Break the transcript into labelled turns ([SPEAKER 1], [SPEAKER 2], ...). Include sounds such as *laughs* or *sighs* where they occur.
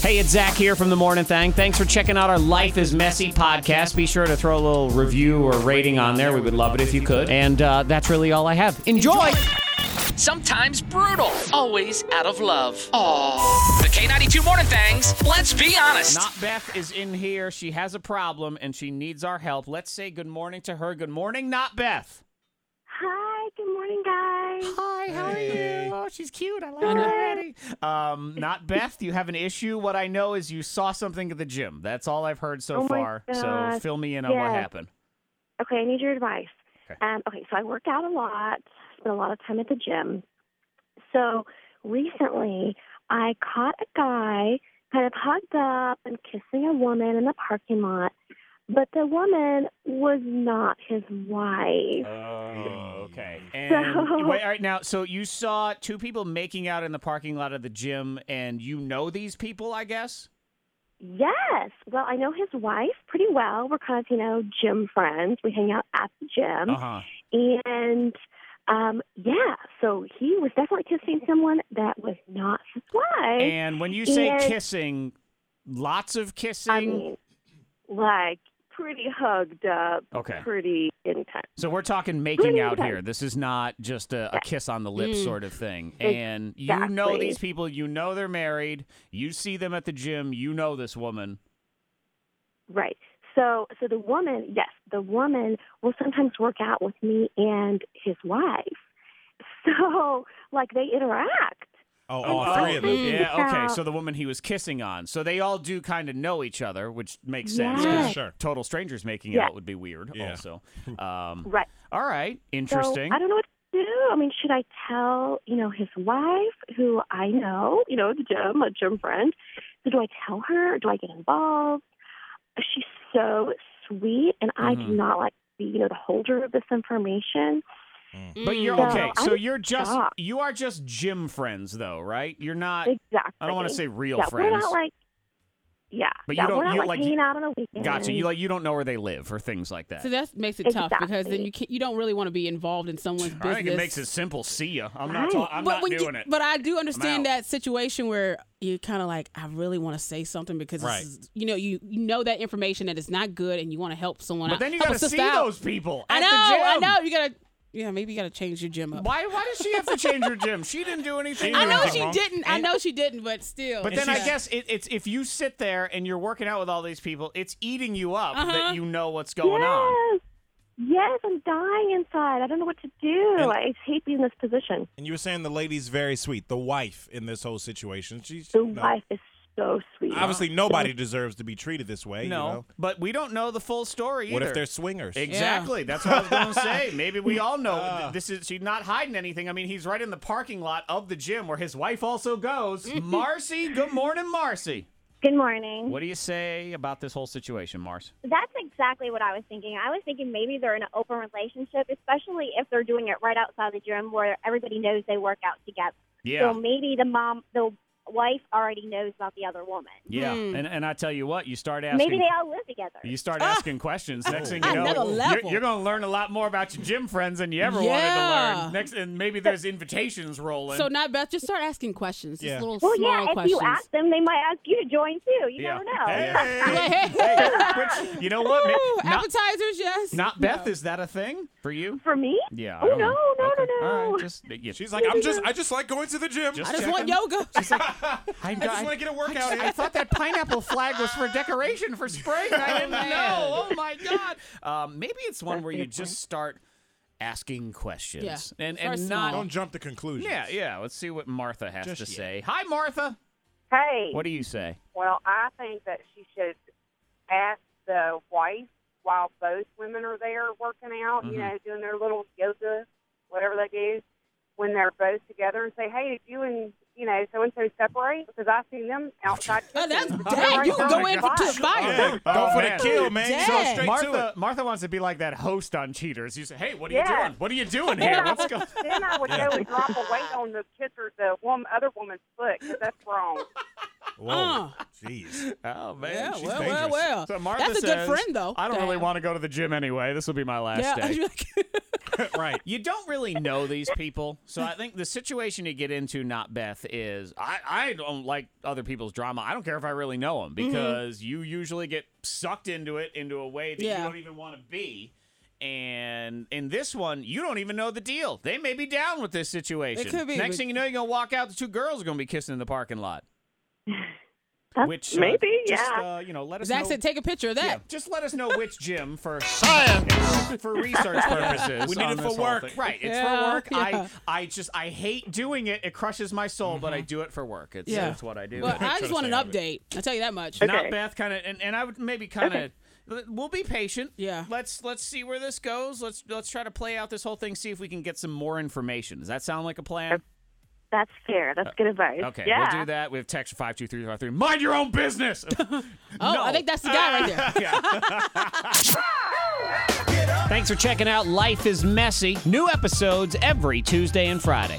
[SPEAKER 1] Hey, it's Zach here from The Morning Thing. Thanks for checking out our Life is Messy podcast. Be sure to throw a little review or rating on there. We would love it if you could. And uh, that's really all I have. Enjoy!
[SPEAKER 2] Sometimes brutal, always out of love. Oh, the K92 Morning Things. Let's be honest.
[SPEAKER 1] Not Beth is in here. She has a problem and she needs our help. Let's say good morning to her. Good morning, Not Beth.
[SPEAKER 3] Hi, good morning,
[SPEAKER 1] *sighs*
[SPEAKER 3] guys.
[SPEAKER 1] Hi, how are you? Oh, she's cute. I like her already. Um, not Beth, you have an issue. What I know is you saw something at the gym. That's all I've heard so
[SPEAKER 3] Oh my
[SPEAKER 1] far. So
[SPEAKER 3] gosh,
[SPEAKER 1] fill me in on what
[SPEAKER 3] yes.
[SPEAKER 1] happened.
[SPEAKER 3] Okay, I need your advice.
[SPEAKER 1] Okay.
[SPEAKER 3] Um, okay, so I work out a lot, spend a lot of time at the gym. So recently, I caught a guy kind of hugged up and kissing a woman in the parking lot, but the woman was not his wife.
[SPEAKER 1] Oh,
[SPEAKER 4] *laughs*
[SPEAKER 1] okay. And wait, all right now. So you saw two people making out in the parking lot of the gym, and you know these people, I guess.
[SPEAKER 3] Yes, well, I know his wife pretty well. We're kind of, you know, gym friends. We hang out at the gym.
[SPEAKER 4] Uh-huh.
[SPEAKER 1] huh.
[SPEAKER 3] And um, yeah, so he was definitely kissing someone that was not his wife.
[SPEAKER 1] And when you say
[SPEAKER 3] And-
[SPEAKER 1] kissing, lots of kissing.
[SPEAKER 3] I mean, like pretty hugged up,
[SPEAKER 1] Okay.
[SPEAKER 3] pretty intense.
[SPEAKER 1] so we're talking making
[SPEAKER 3] Really
[SPEAKER 1] out here.
[SPEAKER 3] intense.
[SPEAKER 1] This is not just a, a kiss on the lips sort of thing. And you know
[SPEAKER 3] Exactly.
[SPEAKER 1] these people. You know they're married. You see them at the gym. You know this woman.
[SPEAKER 3] Right. So, so the woman, yes, the woman will sometimes work out with me and his wife. *laughs* So, like they interact.
[SPEAKER 4] Oh, all three of them.
[SPEAKER 1] Yeah. Okay.
[SPEAKER 3] Yeah.
[SPEAKER 1] So the woman he was kissing on. So they all do kind of know each other, which makes sense.
[SPEAKER 3] Yes.
[SPEAKER 1] 'cause
[SPEAKER 4] Sure.
[SPEAKER 1] Total strangers making
[SPEAKER 3] Yeah.
[SPEAKER 1] out would be weird.
[SPEAKER 4] Yeah.
[SPEAKER 1] Also. Um,
[SPEAKER 3] Right.
[SPEAKER 1] all right.
[SPEAKER 3] So
[SPEAKER 1] Interesting.
[SPEAKER 3] I don't know what to do. I mean, should I tell, you know, his wife, who I know, you know, at the gym, a gym friend? So do I tell her? Do I get involved? She's so sweet, and I do
[SPEAKER 1] Mhm.
[SPEAKER 3] not like to be, you know, the holder of this information.
[SPEAKER 1] but you're
[SPEAKER 3] Mm.
[SPEAKER 1] okay.
[SPEAKER 3] No,
[SPEAKER 1] So
[SPEAKER 3] I'm
[SPEAKER 1] you're just
[SPEAKER 3] shocked.
[SPEAKER 1] you are just gym friends, though, right? You're not.
[SPEAKER 3] Exactly.
[SPEAKER 1] I don't want to say real
[SPEAKER 3] yeah,
[SPEAKER 1] friends.
[SPEAKER 3] We're not like, yeah,
[SPEAKER 1] But you
[SPEAKER 3] yeah,
[SPEAKER 1] don't-
[SPEAKER 3] we're not
[SPEAKER 1] you-
[SPEAKER 3] like,
[SPEAKER 1] like,
[SPEAKER 3] hanging out on a weekend.
[SPEAKER 1] gotcha. You like you don't know where they live or things like that.
[SPEAKER 5] So that makes it tough because then you can, you don't really want to be involved in someone's
[SPEAKER 1] I
[SPEAKER 5] business.
[SPEAKER 1] think it makes it simple. See ya. I'm not.
[SPEAKER 3] Right.
[SPEAKER 1] Ta- I'm not
[SPEAKER 5] when you-
[SPEAKER 1] doing it.
[SPEAKER 5] But I do understand
[SPEAKER 1] out.
[SPEAKER 5] that situation where you're kind of like, I really want to say something because this
[SPEAKER 4] Right.
[SPEAKER 5] is- you know you, you know that information that is not good and you want to help someone.
[SPEAKER 1] But
[SPEAKER 5] out,
[SPEAKER 1] then you
[SPEAKER 5] help a
[SPEAKER 1] gotta see
[SPEAKER 5] sister out.
[SPEAKER 1] those people
[SPEAKER 5] I
[SPEAKER 1] at
[SPEAKER 5] know.
[SPEAKER 1] the gym.
[SPEAKER 5] I know. You gotta. Yeah, maybe you gotta change your gym up.
[SPEAKER 1] Why? Why does she have to change her gym? She didn't do anything.
[SPEAKER 5] I
[SPEAKER 4] do
[SPEAKER 5] know
[SPEAKER 4] anything
[SPEAKER 5] she
[SPEAKER 4] wrong.
[SPEAKER 5] didn't. I
[SPEAKER 1] And-
[SPEAKER 5] know she didn't. But still.
[SPEAKER 1] But then
[SPEAKER 5] yeah.
[SPEAKER 1] I guess it, it's if you sit there and you're working out with all these people, it's eating you up
[SPEAKER 5] Uh-huh.
[SPEAKER 1] that you know what's going on.
[SPEAKER 3] Yes. Yes, I'm dying inside. I don't know what to do.
[SPEAKER 4] And-
[SPEAKER 3] I hate being in this position.
[SPEAKER 4] And you were saying the lady's very sweet. The wife in this whole situation. She's
[SPEAKER 3] The
[SPEAKER 4] you know,
[SPEAKER 3] wife is so sweet.
[SPEAKER 4] Obviously, nobody deserves to be treated this way.
[SPEAKER 1] no,
[SPEAKER 4] You know?
[SPEAKER 1] but we don't know the full story
[SPEAKER 4] What
[SPEAKER 1] either.
[SPEAKER 4] if they're swingers?
[SPEAKER 1] exactly? That's what I was *laughs* going to say. Maybe we all know th- this is she's not hiding anything. I mean, he's right in the parking lot of the gym where his wife also
[SPEAKER 5] *laughs*
[SPEAKER 1] goes. Marcy, good morning, Marcy.
[SPEAKER 6] Good morning.
[SPEAKER 1] What do you say about this whole situation, Mars?
[SPEAKER 6] That's exactly what I was thinking. I was thinking maybe they're in an open relationship, especially if they're doing it right outside the gym where everybody knows they work out together.
[SPEAKER 1] Yeah.
[SPEAKER 6] So maybe the mom, the wife already knows about the other woman.
[SPEAKER 1] yeah,
[SPEAKER 5] Hmm.
[SPEAKER 1] and and I tell you what, you start asking.
[SPEAKER 6] Maybe they all live together.
[SPEAKER 1] You start
[SPEAKER 5] *laughs*
[SPEAKER 1] asking questions. Next thing you know,
[SPEAKER 5] Another
[SPEAKER 1] you're,
[SPEAKER 5] level.
[SPEAKER 1] you're going to learn a lot more about your gym friends than you ever wanted to
[SPEAKER 5] Yeah.
[SPEAKER 1] learn. Next, and maybe there's invitations rolling.
[SPEAKER 5] So not Beth. Just start asking questions.
[SPEAKER 4] Yeah.
[SPEAKER 5] Just little
[SPEAKER 6] well,
[SPEAKER 5] small
[SPEAKER 6] yeah, if
[SPEAKER 5] questions.
[SPEAKER 6] you ask them, they might ask you to join too. You
[SPEAKER 1] yeah.
[SPEAKER 6] never know.
[SPEAKER 1] Hey,
[SPEAKER 5] Hey, hey.
[SPEAKER 1] hey, which, you know what?
[SPEAKER 5] *laughs*
[SPEAKER 1] Ma-
[SPEAKER 5] Ooh,
[SPEAKER 1] Not,
[SPEAKER 5] appetizers, yes.
[SPEAKER 1] not
[SPEAKER 5] No.
[SPEAKER 1] Beth. Is that a thing for you?
[SPEAKER 3] For me?
[SPEAKER 1] Yeah. I
[SPEAKER 3] Oh,
[SPEAKER 1] don't know.
[SPEAKER 3] no, no, no,
[SPEAKER 1] Okay. All
[SPEAKER 3] no.
[SPEAKER 1] right, just, yeah.
[SPEAKER 4] She's like, I'm just, I just like going to the gym.
[SPEAKER 1] Just
[SPEAKER 5] I just
[SPEAKER 1] checking.
[SPEAKER 5] want yoga.
[SPEAKER 1] I,
[SPEAKER 4] just wanna get a workout in.
[SPEAKER 1] I thought that pineapple flag was for decoration for spring. I didn't
[SPEAKER 5] man.
[SPEAKER 1] know. Oh my god. Um, maybe it's one where you just start asking questions and
[SPEAKER 5] Start
[SPEAKER 1] and
[SPEAKER 5] small.
[SPEAKER 1] not
[SPEAKER 4] Don't jump to conclusions.
[SPEAKER 1] Yeah, yeah. Let's see what Martha has
[SPEAKER 4] Just
[SPEAKER 1] to
[SPEAKER 4] yet.
[SPEAKER 1] say. Hi, Martha.
[SPEAKER 7] Hey,
[SPEAKER 1] What do you say?
[SPEAKER 7] well, I think that she should ask the wife while both women are there working out,
[SPEAKER 1] Mm-hmm.
[SPEAKER 7] you know, doing their little yoga, whatever they do, when they're both together and say, hey, did you and, you know, so and so separate? Because I've seen them outside.
[SPEAKER 5] *laughs* Oh, *laughs* that's
[SPEAKER 7] kissing.
[SPEAKER 5] dang. You
[SPEAKER 7] Oh,
[SPEAKER 5] go
[SPEAKER 7] my
[SPEAKER 5] in for
[SPEAKER 7] God.
[SPEAKER 5] to
[SPEAKER 1] *laughs*
[SPEAKER 5] a fire.
[SPEAKER 4] Go
[SPEAKER 1] Oh,
[SPEAKER 4] for
[SPEAKER 1] man.
[SPEAKER 4] the kill, man.
[SPEAKER 5] Dang.
[SPEAKER 4] Go straight to
[SPEAKER 1] Martha,
[SPEAKER 4] it.
[SPEAKER 1] Martha wants to be like that host on Cheaters. You say, "Hey, what are you
[SPEAKER 7] Yeah.
[SPEAKER 1] doing? What are you doing here? Let's
[SPEAKER 4] *laughs*
[SPEAKER 1] go."
[SPEAKER 7] Then I would go and drop a weight on the kisser, the woman, other woman's foot, because that's wrong.
[SPEAKER 4] Whoa.
[SPEAKER 1] uh.
[SPEAKER 4] Jeez.
[SPEAKER 1] Oh man,
[SPEAKER 5] Yeah,
[SPEAKER 1] she's
[SPEAKER 5] well, well,
[SPEAKER 1] dangerous.
[SPEAKER 5] well.
[SPEAKER 1] So Martha
[SPEAKER 5] That's a good
[SPEAKER 1] says,
[SPEAKER 5] friend, though.
[SPEAKER 1] I don't really
[SPEAKER 5] Damn. *laughs*
[SPEAKER 1] want to go to the gym anyway. This will be my last
[SPEAKER 5] Yeah.
[SPEAKER 1] day. *laughs*
[SPEAKER 4] right.
[SPEAKER 1] You don't really know these people. So I think the situation you get into, not Beth, is I, I don't like other people's drama. I don't care if I really know them
[SPEAKER 5] Mm-hmm.
[SPEAKER 1] because you usually get sucked into it into a way that you
[SPEAKER 5] Yeah.
[SPEAKER 1] don't even want to be. And in this one, you don't even know the deal. They may be down with this situation.
[SPEAKER 5] could be,
[SPEAKER 1] Next
[SPEAKER 5] but-
[SPEAKER 1] thing you know, you're going to walk out, the two girls are going to be kissing in the parking lot.
[SPEAKER 3] *laughs* That's
[SPEAKER 1] Which uh,
[SPEAKER 3] maybe,
[SPEAKER 1] just,
[SPEAKER 3] yeah.
[SPEAKER 1] uh, you know, let us
[SPEAKER 5] Zach
[SPEAKER 1] know.
[SPEAKER 5] said, take a picture of
[SPEAKER 1] yeah,
[SPEAKER 5] that.
[SPEAKER 1] just let us know which gym *laughs* for science for *laughs* research purposes.
[SPEAKER 4] We need
[SPEAKER 1] on
[SPEAKER 4] it for
[SPEAKER 1] this whole
[SPEAKER 4] work.
[SPEAKER 1] thing. right? It's
[SPEAKER 5] Yeah,
[SPEAKER 1] for work.
[SPEAKER 5] yeah.
[SPEAKER 1] I I just I hate doing it. It crushes my soul, but I do it for work. It's
[SPEAKER 5] Yeah.
[SPEAKER 1] it's what I *laughs* do.
[SPEAKER 5] Well, I
[SPEAKER 4] to
[SPEAKER 5] just want an
[SPEAKER 4] stay out of
[SPEAKER 5] update. I'll tell you that much.
[SPEAKER 1] Not Beth, kind of, and, and I would maybe kind of. We'll be patient.
[SPEAKER 5] Yeah.
[SPEAKER 1] Let's let's see where this goes. Let's let's try to play out this whole thing. See if we can get some more information. Does that sound like a plan?
[SPEAKER 3] That's fair.
[SPEAKER 1] Uh,
[SPEAKER 3] That's good advice.
[SPEAKER 1] Okay.
[SPEAKER 3] yeah.
[SPEAKER 1] We'll do that. We have text five two three five three. Mind your own business. oh,
[SPEAKER 5] Oh, I think that's the guy
[SPEAKER 1] *laughs*
[SPEAKER 5] right there.
[SPEAKER 1] Thanks for checking out Life is Messy. New episodes every Tuesday and Friday.